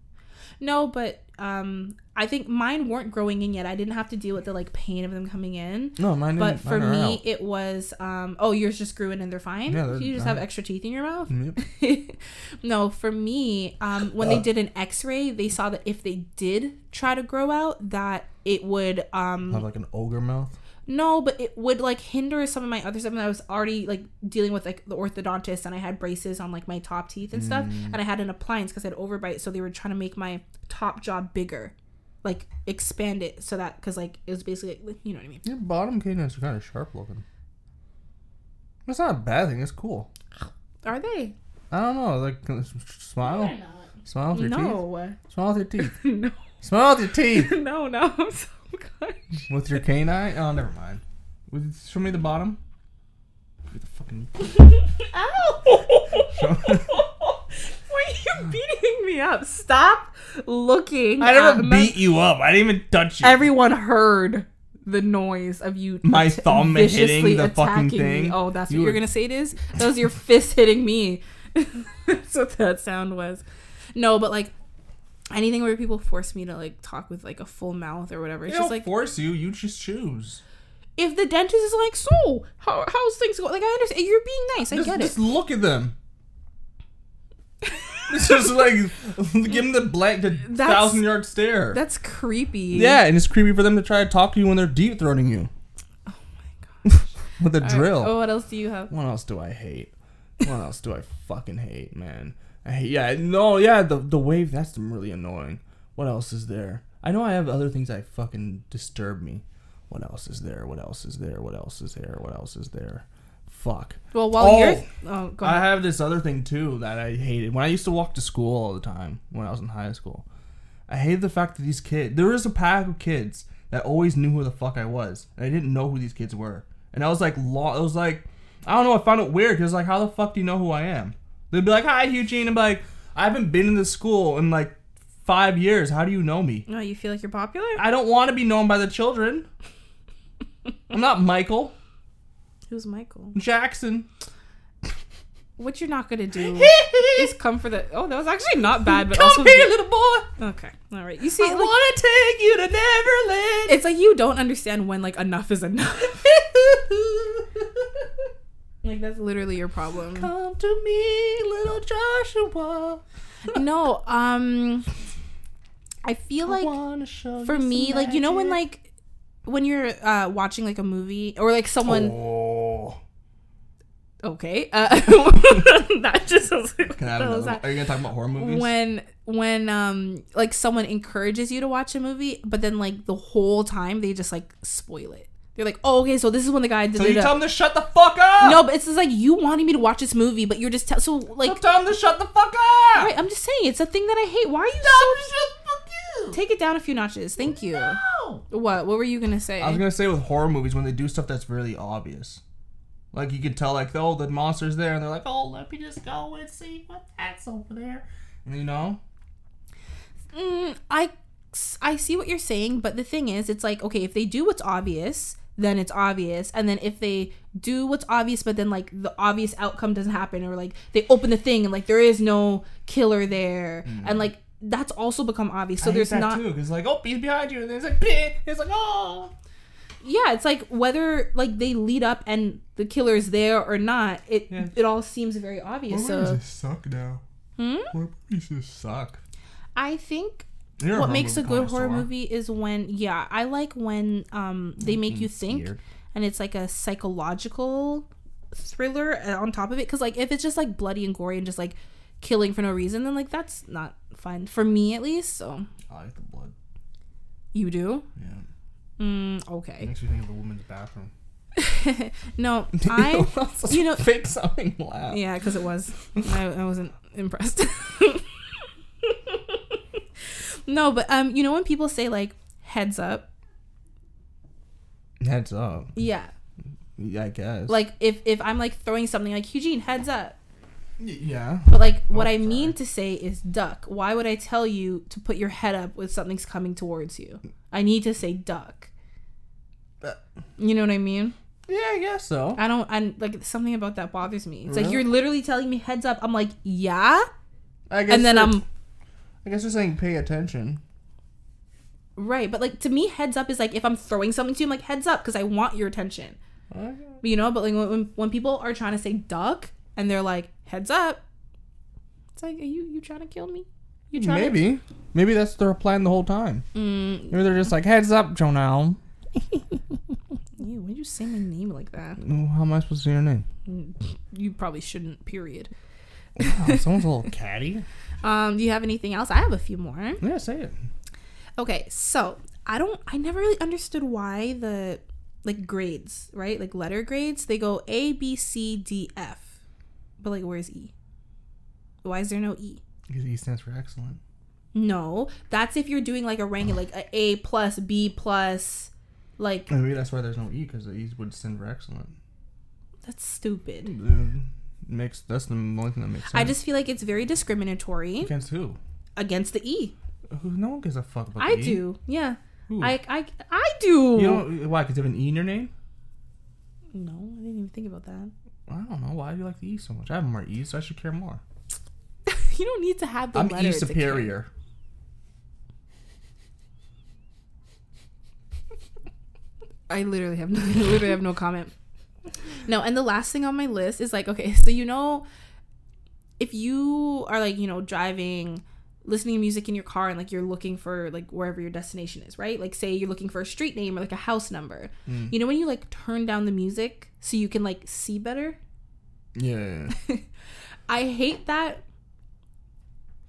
No, but um, I think mine weren't growing in yet. I didn't have to deal with the like pain of them coming in.
No, mine.
But
didn't-
for
mine are
me,
out.
it was um, oh, yours just grew in and they're fine.
Yeah, they're- Mm.
you just
they're-
have extra teeth in your mouth.
Yep.
no, for me, um, when they
Uh.
did an X-ray, they saw that if they did try to grow out, that it would um,
have like an ogre mouth.
no, but it would like hinder some of my other stuff. And I was already like dealing with like the orthodontist, and I had braces on like my top teeth and stuff,
Mm.
and I had an appliance because I had overbite, so they were trying to make my top jaw bigger, like expand it so that because like it was basically like, you know what I mean.
Your bottom canines are kind of sharp looking. That's not a bad thing. It's cool.
Are they?
I don't know. Like s- s- smile, smile with your teeth.
No,
Smile with your teeth.
no,
smile with your teeth.
no, no. I'm so good.
with your canine. Oh, never mind. With, show me the bottom. Look at the fucking.
Ow! Why are you beating me up? Stop looking.
I
at
never
my-
beat you up. I didn't even touch you.
Everyone heard the noise of you
My
att-
thumb hitting
viciously
the fucking
attacking me.
thing.
Oh, that's
You
what
were-
you're gonna say it is? That was your fist hitting me. that's what that sound was. No, but like anything where people force me to like talk with like a full mouth or whatever. It's
They
just
don't
like
force you. You just choose.
if the dentist is like, so how, how's things going? Like I understand you're being nice. I
Just,
get
just
it.
look at them. It's just like give them the blank, the
That's-
thousand yard stare.
That's creepy.
yeah, and it's creepy for them to try to talk to you when they're deep throating you. With a
All right.
drill.
Oh, what else do you have?
What else do I hate? What else do I fucking hate, man? I hate, yeah, no, yeah, the the wave that's really annoying. What else is there? I know I have other things that fucking disturb me. What else is there? What else is there? What else is there? What else is there? Fuck.
Well, while
Oh.
you're oh, go
I
ahead.
have this other thing too that I hated when I used to walk to school all the time when I was in high school. I hated the fact that these kids. There was a pack of kids that always knew who the fuck I was, and I didn't know who these kids were. And I was like, lo- it was like, I don't know. I found it weird because like, how the fuck do you know who I am? They'd be like, "Hi, Eugene," and be like, "I haven't been in this school in like five years. How do you know me?
No, you feel like you're popular?
I don't want to be known by the children. I'm not Michael
Who's Michael?
Jackson.
What you're not gonna do is come for the. Oh, that was actually not bad, but
Come
also.
here,
good.
little boy.
Okay, all right. You see,
I
like,
want to take you to Neverland.
it's like you don't understand when like enough is enough. like that's literally your problem.
Come to me, little Joshua.
No, um, I feel
I
like
wanna show
for
you
me,
some
like you know when
magic.
like when you're uh watching like a movie or like someone.
Oh.
Okay, uh, that just sounds like.
Can I have
that was
another?
that.
Are you gonna talk about horror movies?
when when um like someone encourages you to watch a movie but then like the whole time they just like spoil it they're like oh okay so this is when the guy did
so you
it
tell them to shut the fuck up.
no but it's just like you wanted me to watch this movie but you're just tell so like
So tell them to shut the fuck up.
right, i'm just saying it's a thing that i hate why are you
Tell them to shut the fuck
so
up.
take it down a few notches thank you
No.
what what were you gonna say
I was gonna say with horror movies when they do stuff that's really obvious, like you can tell like oh the monster's there and they're like oh let me just go and see what that's over there, and you know
Mm, I I see what you're saying, but the thing is, it's like okay, if they do what's obvious, then it's obvious, and then if they do what's obvious, but then like the obvious outcome doesn't happen, or like they open the thing and like there is no killer there, and like that's also become obvious. So
I hate
there's
that
not,
too because like oh he's behind you and then it's like Peh. it's like oh
yeah, it's like whether like they lead up and the killer is there or not, it
Yeah.
it all seems very obvious. So
just suck now.
Hmm?
Horror movies just suck.
I think
You're a
what
horror
makes a
movie
good horror
connoisseur.
movie is when yeah i like when um they make you think and it's like a psychological thriller uh, on top of it because like if it's just like bloody and gory and just like killing for no reason then like that's not fun for me at least so
I like the blood.
you do
Yeah,
mm,
it
okay
makes me think of the woman's bathroom.
no i you know
fake something loud.
yeah because it was I, I wasn't impressed no but um you know when people say like heads up
Heads up,
yeah
I guess.
like if if i'm like throwing something like eugene heads up
yeah,
But like what
Oh,
I mean to say is duck. Why would I tell you to put your head up when something's coming towards you? I need to say duck.
Uh.
You know what I mean?
yeah, I guess so.
I don't I like something about that bothers me. It's like
Really?
you're literally telling me heads up. I'm like, "Yeah?"
I guess
And then um,
you're-
I'm
I guess you're saying pay attention.
right, but like to me heads up is like if I'm throwing something to you, I'm like heads up because I want your attention.
Okay.
You know, but like when- when when people are trying to say duck and they're like heads up, it's like, "Are you you trying to kill me?" You trying to
Maybe, maybe that's their plan the whole time.
Mm,
Maybe they're just like heads up, Jonelle.
ew, why'd you say my name like that?
How am I supposed to say your name?
you probably shouldn't period
Wow, Oh, someone's a little catty.
um do you have anything else i have a few more
Yeah, say it.
okay so i don't i never really understood why the like grades right like letter grades they go a b c d f but like where's e why is there no e
E stands for excellent.
no that's if you're doing like a ranking like a a plus b plus like
Maybe that's why there's no E because the E would stand for excellent.
that's stupid
Makes that's the only thing that makes sense.
i just feel like it's very discriminatory
against who?
against the e
Who- No one gives a fuck about.
i
the E.
do yeah
Who?
I, I i do
You don't why? Because you have an E in your name.
no i didn't even think about that
I don't know why do you like the E so much. I have more E's, so I should care more.
You don't need to have the
I'm
letter
E
to care.
superior.
I literally have no, I literally have no comment. No, and the last thing on my list is like, okay, so you know, if you are like, you know, driving, listening to music in your car, and like you're looking for like wherever your destination is, right? Like, say you're looking for a street name or like a house number.
Mm.
You know, when you like turn down the music so you can like see better.
Yeah. yeah, yeah.
I hate that.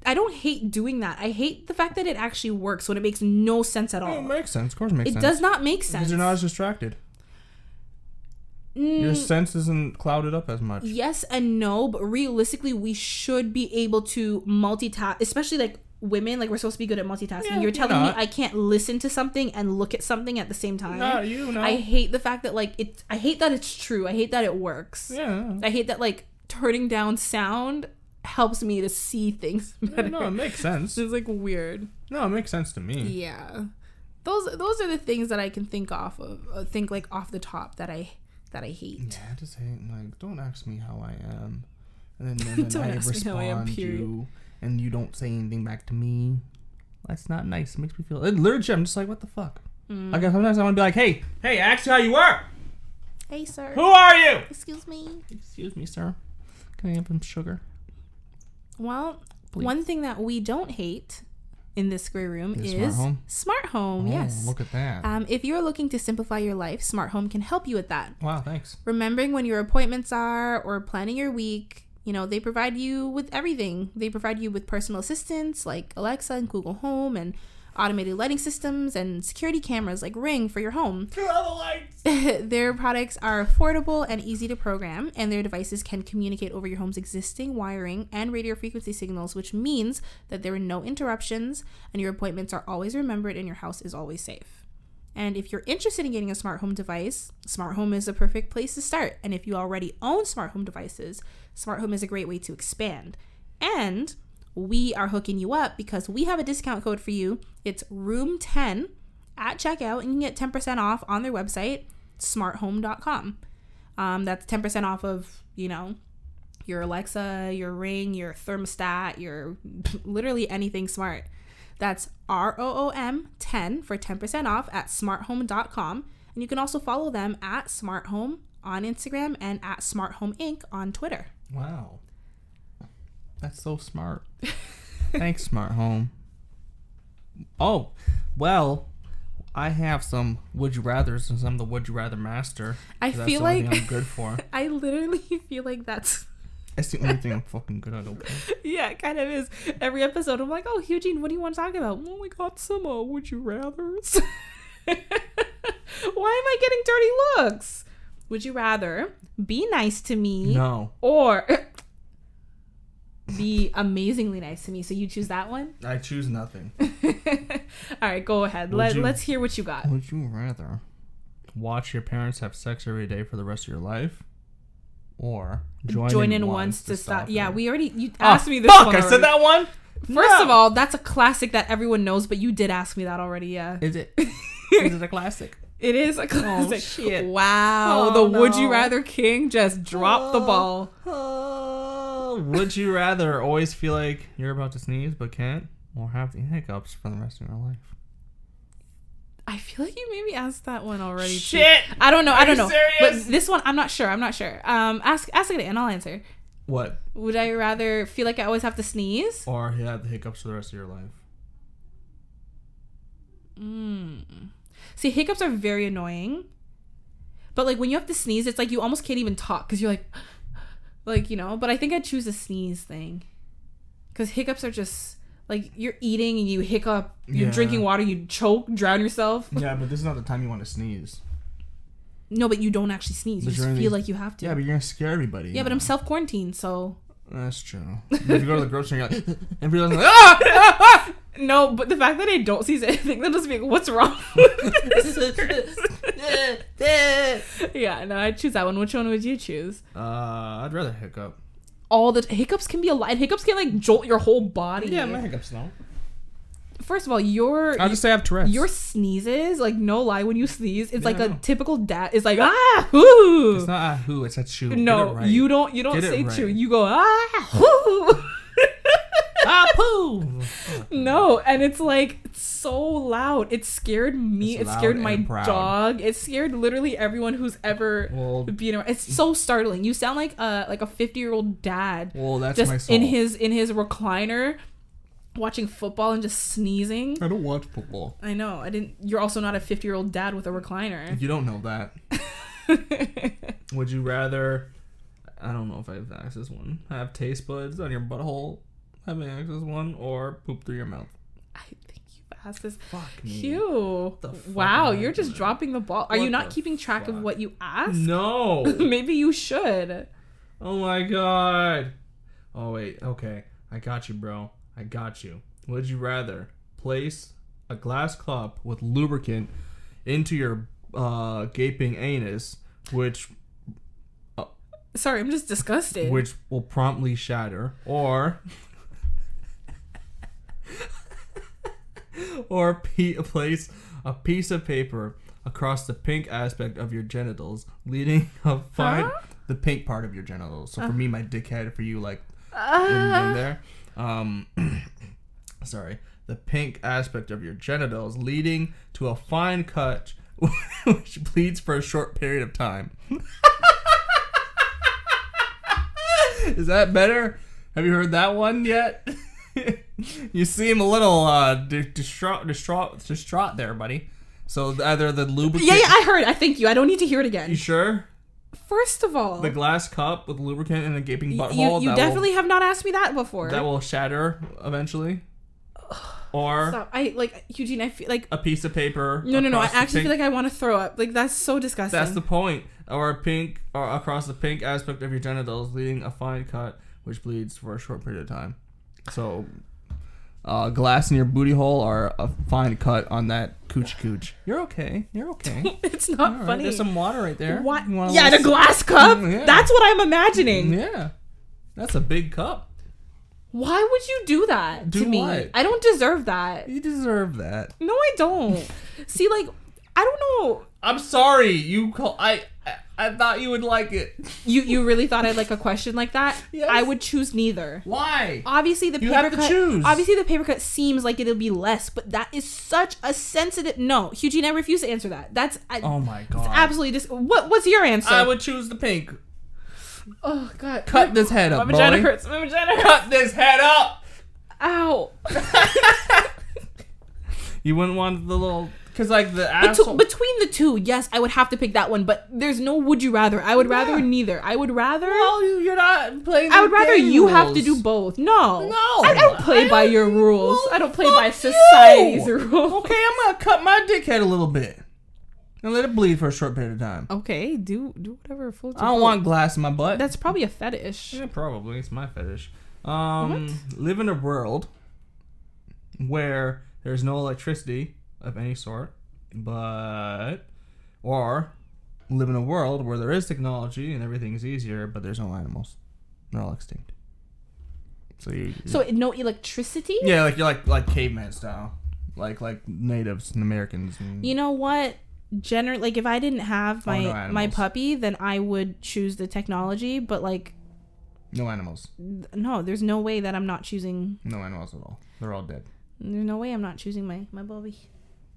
I don't hate doing that. I hate the fact that it actually works when it makes no sense at
Oh, it
all.
makes sense. Of course, it makes
It
sense.
does not make sense.
Because you're not as distracted. Your
Mm,
sense isn't clouded up as much.
yes and no but realistically we should be able to multitask especially like women like we're supposed to be good at multitasking
Yeah,
you're
you're
telling
not.
me i can't listen to something and look at something at the same time
Not you, no.
i hate the fact that like it i hate that it's true i hate that it works
yeah.
i hate that like turning down sound helps me to see things better.
no, it makes sense.
It's like weird.
No, it makes sense to me.
Yeah. Those those are the things that I can think off of uh, think like off the top that I that I hate.
Yeah, I just hate like don't ask me how I am, and then, and then
Don't
I
ask me
respond
how I am, period.
you, and you don't say anything back to me. That's not nice. It makes me feel. It, literally, I'm just like, what the fuck.
Mm.
I guess sometimes I want to be like, hey, hey, I asked you how you were.
Hey sir.
Who are you?
Excuse me.
Excuse me, sir. Can I have some sugar?
Well,
Please.
one thing that we don't hate in this gray room
Is
is,
smart home? Oh,
smart home, yes.
look at that.
Um, if you're looking to simplify your life, Smart Home can help you with that.
wow, thanks.
Remembering when your appointments are or planning your week, you know, they provide you with everything. They provide you with personal assistants like Alexa and Google Home and automated lighting systems and security cameras like Ring for your home.
Two other lights.
their products are affordable and easy to program, and their devices can communicate over your home's existing wiring and radio frequency signals, which means that there are no interruptions and your appointments are always remembered and your house is always safe. And if you're interested in getting a smart home device, smart home is the perfect place to start. And if you already own smart home devices, smart home is a great way to expand. And we are hooking you up because we have a discount code for you. It's room 10 at checkout and you can get 10% off on their website smarthome.com. Um, that's 10% off of, you know, your Alexa, your Ring, your thermostat, your literally anything smart. That's R O O M 10 for 10% off at smarthome.com. And you can also follow them at Smart Home on Instagram and at Smart Home Inc. on Twitter.
Wow. That's so smart. Thanks, smart home. Oh, well, I have some would you rather since I'm the would you rather master.
I
'cause
feel
the only
like-
thing I'm good for.
I literally feel like that's,
That's the only thing I'm fucking good at. Okay.
yeah, it kind of is. Every episode, I'm like, oh, Eugene, what do you want to talk about? Well, we got some, uh, would you rathers? Why am I getting dirty looks? Would you rather be nice to me
No,
or be amazingly nice to me? So you choose that one?
I choose nothing.
All right, go ahead.
Would
Let,
you-
Let's hear what you got.
Would you rather watch your parents have sex every day for the rest of your life, or join,
Join in once to stop. Yeah,
it?
we already. You
Oh,
asked me this.
Fuck,
one
I
already.
said that one.
First
No.
of all, that's a classic that everyone knows, but you did ask me that already. Yeah.
Is it? is it a classic?
It is a classic.
shit.
Wow,
Oh,
the would you
no.
rather king just dropped the
Oh.
ball.
Oh, would you rather always feel like you're about to sneeze but can't, or have the hiccups for the rest of your life?
I feel like you maybe asked that one already. too.
Shit.
I don't know. I don't
you
know.
serious?
But this one, I'm not sure. I'm not sure. Um, ask ask it and I'll answer.
What?
Would I rather feel like I always have to sneeze?
Or have the hiccups for the rest of your life?
Mm. See, hiccups are very annoying. But like when you have to sneeze, it's like you almost can't even talk because you're like, like you know. But I think I choose the sneeze thing, because hiccups are just like you're eating and you hiccup, you're
Yeah.
drinking water, you choke, drown yourself.
Yeah, but this is not the time you want to sneeze.
No, but you don't actually sneeze. You
But
just feel
you're in these-
like you have to.
Yeah, but you're gonna scare everybody.
Yeah, but I'm self quarantined, so
That's true. if you go to the grocery, and you're like, and realize, like, ah, ah, ah!
no. But the fact that I don't sneeze, I think that must be what's wrong. with this person?" yeah, no, I choose that one. Which one would you choose?
Uh, I'd rather hiccup.
all the hiccups can be a lot. and Hiccups can like jolt your whole body.
hiccups no.
First of all, your
I'll just say I have Tourette's.
your sneezes, like no lie, when you sneeze, it's like
Yeah, I
a
know. typical
typical dad. It's like ah hoo.
It's not a who, it's a chew. Get it
no,
right.
you don't. You don't
Get it
say chew.
right.
You go ah hoo.
Ah, poo!
no, and it's like it's so loud. It scared me.
It's
it scared
loud
my
and proud.
dog. It scared literally everyone who's ever
Well-
been around. It's so startling. You sound like a like a fifty year old dad.
Well, that's my
just
soul.
in his in his recliner watching football and just sneezing
I don't watch football.
i know i didn't you're also not a 50 year old dad with a recliner
You don't know that. Would you rather? I don't know if I have access one. Have taste buds on your butthole, having access one, or poop through your mouth.
i think you've asked this
Fuck
Phew.
the fuck
wow
am I
you're just
doing?
dropping the ball are
What
you not
the
keeping track of
fuck?
what you asked
No.
maybe you should
oh my god. Oh wait. Okay. I got you, bro. I got you. Would you rather place a glass cup with lubricant into your uh, gaping anus, which uh,
Sorry, I'm just disgusted.
which will promptly shatter, or or pe- place a piece of paper across the pink aspect of your genitals, leading a fine
Huh?
the pink part of your genitals. So for me, my dickhead. For you, like in, in
Ah.
there. Um, sorry, the pink aspect of your genitals, leading to a fine cut. Which bleeds for a short period of time. Is that better? Have you heard that one yet? you seem a little uh, di- distraught, distraught, distraught there, buddy. So either the lubricant.
yeah, yeah, I heard. I thank you. I don't need to hear it
You
again.
sure?
First of all,
The glass cup with lubricant and a gaping
y-
butthole.
you,
that
you
will-
definitely have not asked me that before.
that will shatter eventually. Or
Stop. I like Eugene. I feel like
a piece of paper.
no, no, no. I
across the
actually
pink-
feel like I want to throw up. Like that's so disgusting.
That's the point. Or a pink, or across the pink aspect of your genitals, leading a fine cut which bleeds for a short period of time. So, uh, glass in your booty hole or a fine cut on that cooch cooch. You're okay. You're okay.
it's not
All right,
funny.
There's some water right there.
What?
You want a
Yeah, in a
little
glass cup.
Mm, yeah.
That's what I'm
s-
imagining.
Yeah, that's a big cup.
Why would you do that
Do
to me?
what?
I don't deserve that.
You deserve that.
No, I don't. See, like, I don't know.
I'm sorry. You call. I. I, I thought you would like it.
You you really thought I'd like a question like that?
Yes.
I would choose neither.
Why?
Obviously, the
You
paper
have to
cut.
choose.
Obviously, the paper cut seems like it'll be less, but that is such a sensitive. No, Eugene, I refuse to answer that. That's I,
Oh my god.
absolutely dis. What What's your answer?
I would choose the pink.
oh God.
Cut this head
My
up,
vagina
boy.
hurts. My vagina hurts.
Cut this head up.
Ow.
You wouldn't want the little, cause like the
But to-
asshole.
between the two, yes, I would have to pick that one. But there's no would you rather. I would rather
Yeah.
neither. I would rather.
no, you- you're not playing.
I
the
would rather
game
you have to
rules.
do both. No,
No.
I don't play
I
by
don't-
your rules.
Well,
I don't play by
fuck you.
society's rules.
Okay, I'm gonna cut my dickhead a little bit and let it bleed for a short period of time.
Okay, do do whatever floats
I don't want glass in my butt.
That's probably a fetish.
yeah, probably it's my fetish. Um, live in a world where there's no electricity of any sort, but or live in a world where there is technology and everything's easier, but there's no animals. They're all extinct. So you,
So it- no electricity.
yeah, like you're like like caveman style, like like natives and Americans. And,
You know what? Gener like if I didn't have
Oh,
my
no
my
animals.
puppy, then I would choose the technology. But like,
no animals,
th- no, there's no way that I'm not choosing.
no animals at all. They're all dead.
There's no way I'm not choosing my my bobby.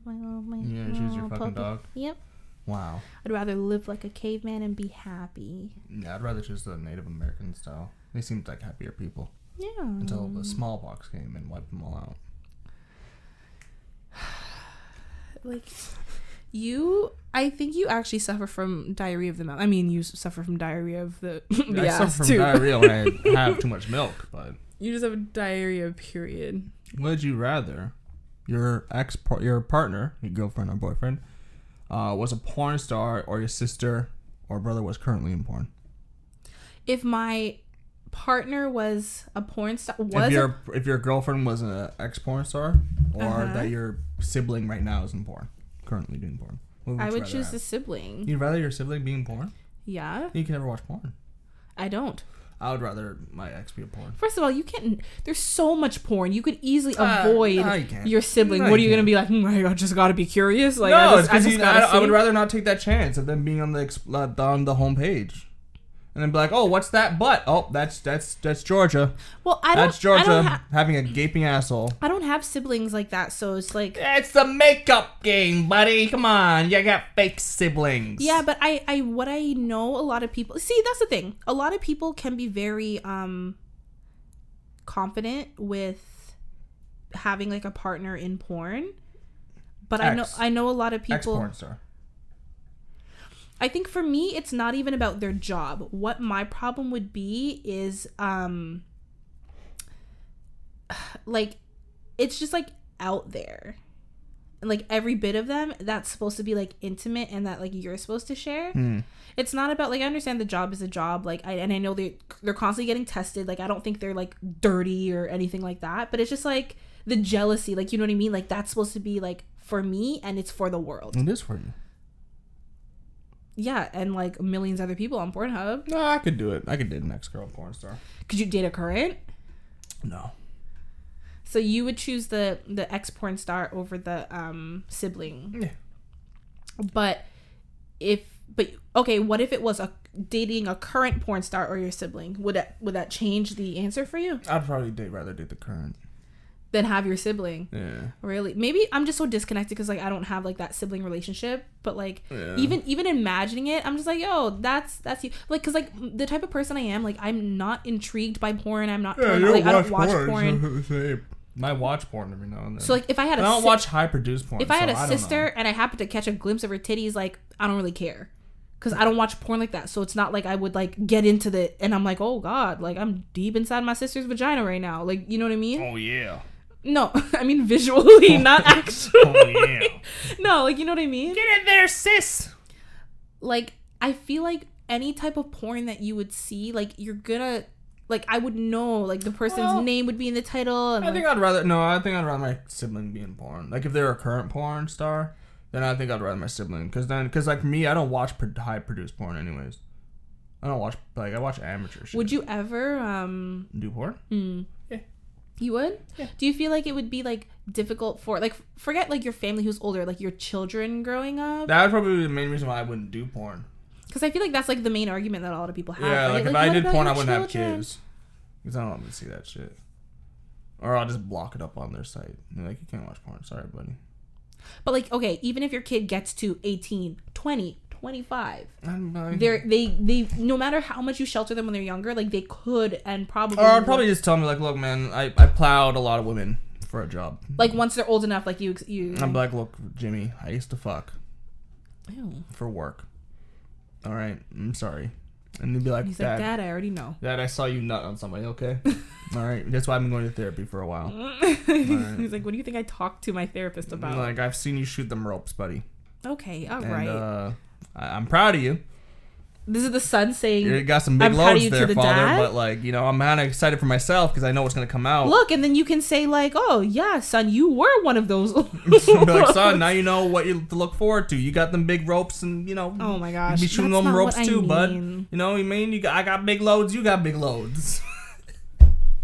My little my
You're gonna
my
choose your
little
fucking
puppy.
dog?
Yep.
Wow.
I'd rather live like a caveman and be happy.
Yeah, I'd rather choose the Native American style. They seemed like happier people.
Yeah.
until
Mm.
the smallpox came and wiped them all out.
like you I think you actually suffer from diarrhea of the mouth. I mean, you suffer from diarrhea of the, the
I
ass
suffer from
too.
diarrhea when I have too much milk, but
You just have diarrhea, period.
would you rather your ex par- your partner, your girlfriend or boyfriend, uh, was a porn star or your sister or brother was currently in porn?
If my partner was a porn star,
if
was a-
your if your girlfriend was an ex porn star or
Uh-huh.
that your sibling right now is in porn, currently doing porn. What
I
you
would
rather
choose
have?
the sibling.
You'd rather your sibling be in porn?
Yeah,
You can never watch porn.
I don't.
I would rather my ex be a porn.
First of all, you can't. There's so much porn. You could easily
Uh,
avoid
no, you can't.
your sibling.
No,
what are
you
you gonna
can't.
be like? Hmm, I just gotta be curious. Like, I
no,
just,
it's 'cause
I just
you- I,
gotta
don't- I would
see.
rather not take that chance of them being on the exp- uh, on the homepage, and then be like, "Oh, what's that butt? Oh, that's that's that's Georgia.
Well, I don't.
That's Georgia
I don't, ha-
having a gaping asshole."
I don't have siblings like that, so it's like.
It's the makeup game, buddy. Come on, you got fake siblings.
Yeah, but I, I what I know a lot of people see that's the thing. A lot of people can be very um confident with having like a partner in porn. But I know
Ex.
I know a lot of
ex
people
porn star.
I think for me it's not even about their job. What my problem would be is um like it's just like out there. And like every bit of them that's supposed to be like intimate and that like you're supposed to share
Hmm.
it's not about like I understand the job is a job like I and I know they they're constantly getting tested like I don't think they're like dirty or anything like that but it's just like the jealousy like you know what I mean like that's supposed to be like for me and it's for the world
It is for you.
yeah, and like millions other people on Pornhub.
No, I could do it. I could date an ex girl porn star.
Could you date a current?
No.
So you would choose the the ex porn star over the um sibling.
Yeah.
But if but okay, what if it was a dating a current porn star or your sibling? Would that would that change the answer for you?
I'd probably date rather date the current.
Then have your sibling.
Yeah.
Really? Maybe I'm just so disconnected because like I don't have like that sibling relationship. But like
Yeah.
even even imagining it, I'm just like, yo, that's that's you. Like because like the type of person I am, like I'm not intrigued by porn. I'm not.
Yeah,
turned
you
on-
don't
like, I
watch,
don't watch
porn.
porn.
I watch porn every now and then.
So like if I had
I
a
don't
si-
watch high produced porn.
if I had
so
a
don't know.
sister and I happened to catch a glimpse of her titties, like I don't really care, because I don't watch porn like that. So it's not like I would like get into the and I'm like, oh god, like I'm deep inside my sister's vagina right now. Like you know what I mean?
Oh yeah.
No, I mean visually, not actually.
Oh, yeah.
No, like you know what I mean?
Get in there, sis.
Like I feel like any type of porn that you would see, like you're gonna. Like I would know, like the person's
Well,
name would be in the title, and
I
like,
think I'd rather no. I think I'd rather my sibling be in porn. Like if they're a current porn star, then I think I'd rather my sibling. Cause then, cause like me, I don't watch pro- high produced porn anyways. I don't watch like I watch amateur shit.
would you ever um
do porn?
You would? Do you feel like it would be like difficult for like forget like your family who's older, like your children growing up?
That would probably be the main reason why I wouldn't do porn.
Because I feel like that's like the main argument that a lot of people have.
Yeah,
right?
like, if
what
I did
about
porn, I
your
wouldn't
children?
have kids. Because I don't want to see that shit. Or I'll just block it up on their site. And they're like, you can't watch porn. Sorry, buddy.
But like, okay, even if your kid gets to 18, 20, 25,
I'm like,
they're they they no matter how much you shelter them when they're younger, like they could and probably
or I'd
would.
probably just tell me, like, look, man, I, I plowed a lot of women for a job.
like once they're old enough, like you ex- you
I'm like, look, Jimmy, I used to fuck
Ew.
for work. All right, I'm sorry. And they'd be like,
He's like,
Dad,
Dad, I already know.
Dad, I saw you nut on somebody, okay? All right, that's why I've been going to therapy for a while.
He's like, What do you think I talked to my therapist about?
Like, I've seen you shoot them ropes, buddy.
okay, all
And,
right.
uh, I, I'm proud of you.
this is the son saying
You got some big
I'm proud of
loads
you to
there,
the
father.
dad.
But like, you know, I'm kind of excited for myself because I know what's gonna come out.
look and then you can say like oh yeah son you were one of those
Be like, son, now you know what you to look forward to. You got them big ropes, and you know,
oh my gosh
you be shooting
that's
them
not
ropes
what I
too, bud. You
mean.
know what I mean? You got, I got big loads. You got big loads.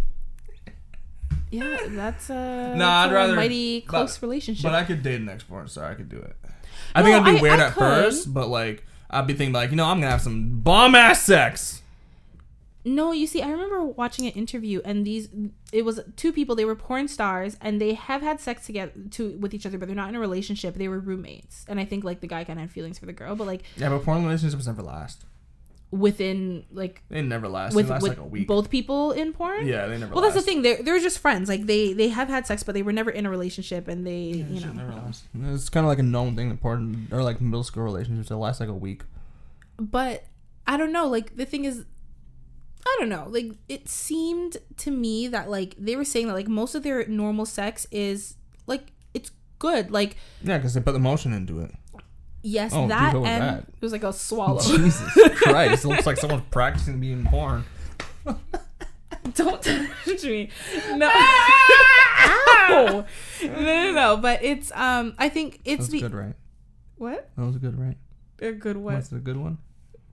yeah that's a,
Nah,
that's
I'd
a
rather-
mighty close
but-
relationship
but I could date an ex porn star. I could do it. I
No,
think I'd be
I-
weird
I
at
could.
first, but like, I'd be thinking like, you know, I'm gonna have some bomb ass sex.
no you see i remember watching an interview and these it was two people they were porn stars and they have had sex together to with each other but they're not in a relationship they were roommates and i think like the guy kind of had feelings for the girl but like
Yeah, but porn relationships never last.
within like
They never last.
with,
they last
with
like a week.
both people in porn
yeah, they never.
well
last.
that's the thing they're, they're just friends like they they have had sex but they were never in a relationship and they you know
It's kind of like a known thing that porn or like middle school relationships that last like a week.
but I don't know. Like the thing is, I don't know. Like it seemed to me that like they were saying that like most of their normal sex is like it's good. Like
Yeah, because they put emotion into it.
yes,
Oh, dude,
that
what was
and
that?
it was like a swallow.
Jesus Christ! It looks like someone's practicing being porn.
don't touch me. No. Ow! No, no, no. But it's um. I think it's
That's
the
good, right?
what
That was good, right?
a good what
That's a good one.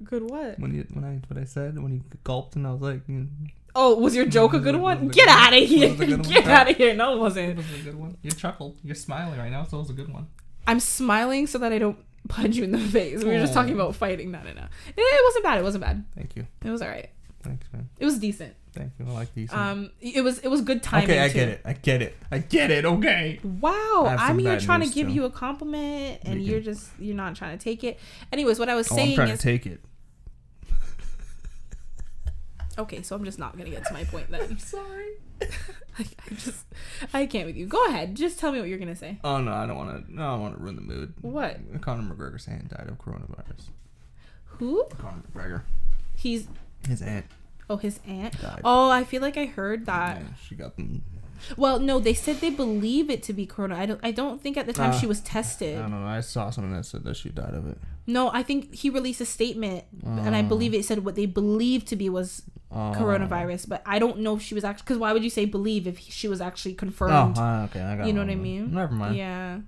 good what.
When you when I what I said when you gulped and I was like, mm,
Oh, was your joke a good
Was
one?
it a
Get
good one?
out of here!
Was it a good one?
Get out of here! No, it wasn't.
that was a good one. You chuckled. You're smiling right now, so it was a good one.
I'm smiling so that I don't punch you in the face. We were just
Aw.
talking about fighting. No, no, no. It, it wasn't bad. It wasn't bad.
Thank you.
It was all right.
Thanks, man.
It was decent.
Thank you. I like these.
Um, it was it was good timing.
okay, I
too.
get it. I get it. I get it. Okay.
Wow,
I have some
I'm here
bad
trying to
news,
give
too.
you a compliment, and
We
you're
can-
just you're not trying to take it. Anyways, what I was
Oh, I'm
saying
trying
is
to take it.
okay. So I'm just not gonna get to my point then.
Sorry.
like, I just I can't with you. Go ahead. Just tell me what you're gonna say.
Oh no, I don't want to. No, I want to ruin the mood.
What?
Conor McGregor's aunt died of coronavirus.
Who?
Conor McGregor,
He's
his aunt
oh his aunt.
died.
Oh, I feel like I heard that.
Yeah, she got them.
Well, no, they said they believe it to be corona. I don't. I don't think at the time
Ah.
she was
I
tested.
don't know. I saw something that said that she died of it.
No, I think he released a statement, and I believe it said what they believed to be was
Oh.
coronavirus. But I don't know if she was actually. Because why would you say believe if she was actually
Oh,
confirmed?
ah, okay. I got
You know
it.
what I mean?
Never mind.
Yeah.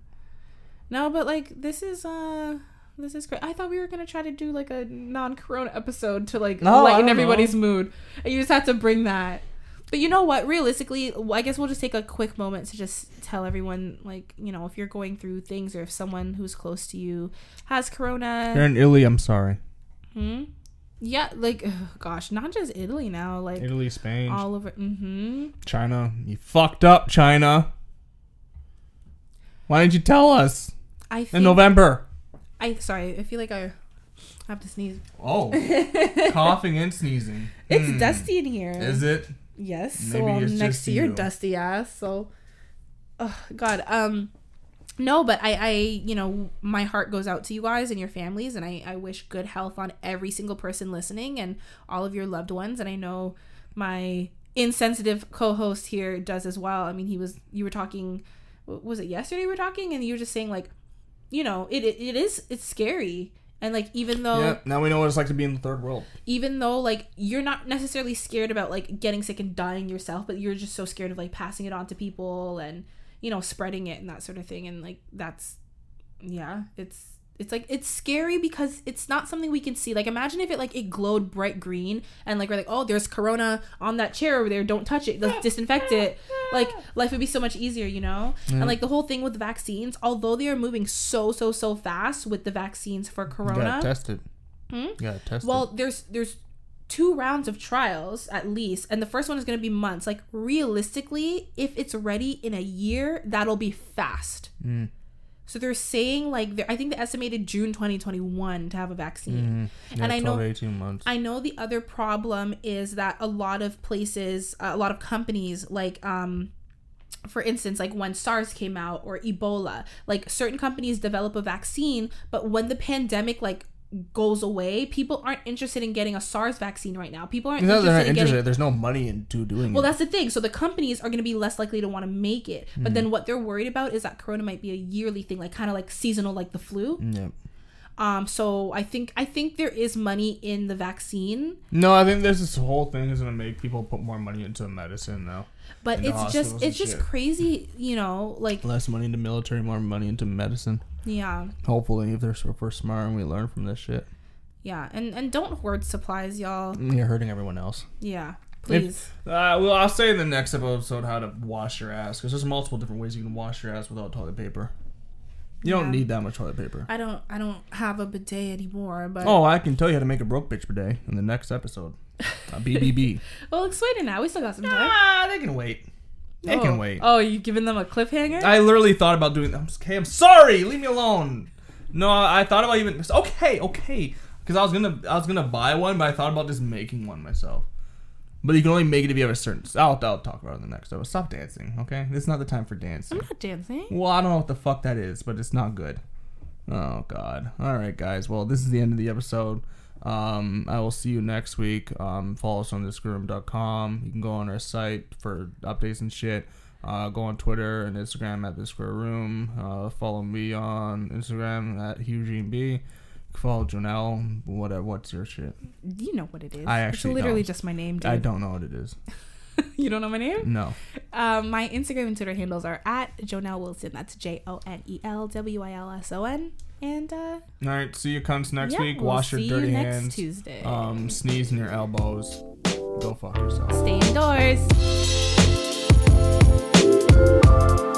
No, but like this is uh This is great. I thought we were gonna try to do like a non-corona episode to like
No, I
lighten
don't
everybody's mood. And you just have to bring that. But you know what? Realistically, I guess we'll just take a quick moment to just tell everyone, like, you know, if you're going through things or if someone who's close to you has corona.
You're in Italy. I'm sorry.
Hmm? Yeah, like, ugh, gosh, not just Italy now, like
Italy, Spain,
all over. Mm-hmm.
China. You fucked up, China. Why didn't you tell us
I
in
think,
November?
I sorry, I feel like I have to sneeze.
Oh, coughing and sneezing.
It's
Hmm.
dusty in here.
Is it?
Yes.
Maybe
well,
it's
next
just
to your
you.
dusty ass. So, Ugh, God. Um, no, but I, I, you know, my heart goes out to you guys and your families, and I, I wish good health on every single person listening and all of your loved ones. And I know my insensitive co-host here does as well. I mean, he was. You were talking. w- Was it yesterday we were talking, and you were just saying like, you know, it it, it is it's scary. And like even though
Yeah. Now we know what it's like to be in the third world.
even though like you're not necessarily scared about like getting sick and dying yourself but you're just so scared of like passing it on to people and you know spreading it and that sort of thing and like that's yeah it's it's like it's scary because it's not something we can see like imagine if it like it glowed bright green and like we're like oh there's corona on that chair over there don't touch it let's disinfect it like life would be so much easier you know and like the whole thing with vaccines although they are moving so so so fast with the vaccines for corona
tested.
Hmm?
Yeah, tested.
well, there's there's two rounds of trials at least, and the first one is going to be months. Like realistically, if it's ready in a year, that'll be fast.
Mm.
So they're saying like they're, I think they estimated June 2021 to have a vaccine.
Mm-hmm. yeah,
and I
12
know-
to 18 months.
I know the other problem is that a lot of places, uh, a lot of companies, like, um, for instance, like when SARS came out or Ebola, like certain companies develop a vaccine, but when the pandemic, like, goes away, people aren't interested in getting a SARS vaccine right now. People aren't
It's not
interested
that they're not
in getting.
interested. There's no money into doing
Well,
it.
that's the thing. So the companies are going to be less likely to want to make it.
Mm.
But then what they're worried about is that corona might be a yearly thing, like kind of like seasonal, like the flu.
Yeah.
Um, so I think I think there is money in the vaccine.
No, I think this this whole thing is gonna make people put more money into medicine now.
but
into
it's
hospitals
just
and
it's just
shit.
crazy you know like
Less money into military, more money into medicine.
yeah
Hopefully, if, they're, if we're smart and we learn from this shit,
yeah and and don't hoard supplies y'all
you're hurting everyone else.
yeah please
Uh, well, I'll say in the next episode how to wash your ass because there's multiple different ways you can wash your ass without toilet paper. You
Yeah.
don't need that much toilet paper.
i don't i don't have a bidet anymore but
Oh, I can tell you how to make a broke bitch per day in the next episode. A BBB.
well explain it now we still got some time
ah, they can wait. They
oh.
can wait.
oh you giving them a cliffhanger
I literally thought about doing. I'm okay. I'm sorry. Leave me alone. No, I thought about even. Okay, okay. Because I was gonna, I was gonna buy one, but I thought about just making one myself. But you can only make it if you have a certain. I'll, I'll talk about it in the next episode. Stop dancing, okay? This is not the time for dancing.
i'm not dancing
Well, I don't know what the fuck that is, but it's not good. Oh god. All right, guys. Well, this is the end of the episode. Um, I will see you next week. Um, follow us on thisquareroom.com. You can go on our site for updates and shit. Uh, go on Twitter and Instagram at the Square Room. Uh, follow me on Instagram at Eugene B. Follow Janelle. What? What's your shit?
you know what it is
I
it's
actually
literally
don't.
just my name dude.
I don't know what it is.
you don't know my name
No.
um my instagram and twitter handles are at jonelle wilson that's E j-o-n-e-l-w-i-l-s-o-n and uh
All right. See you cunts next
yeah,
week.
we'll
Wash your
see
dirty
you next
hands.
tuesday
Um, sneeze in your elbows. Go fuck yourself.
stay indoors